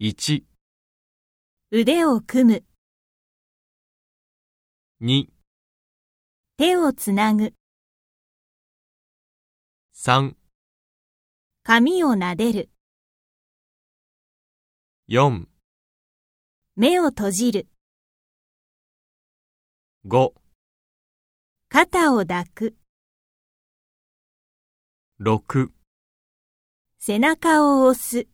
1、腕を組む、 2、手をつなぐ、 3、髪を撫でる、 4、目を閉じる、 5、肩を抱く、 6背中を押す。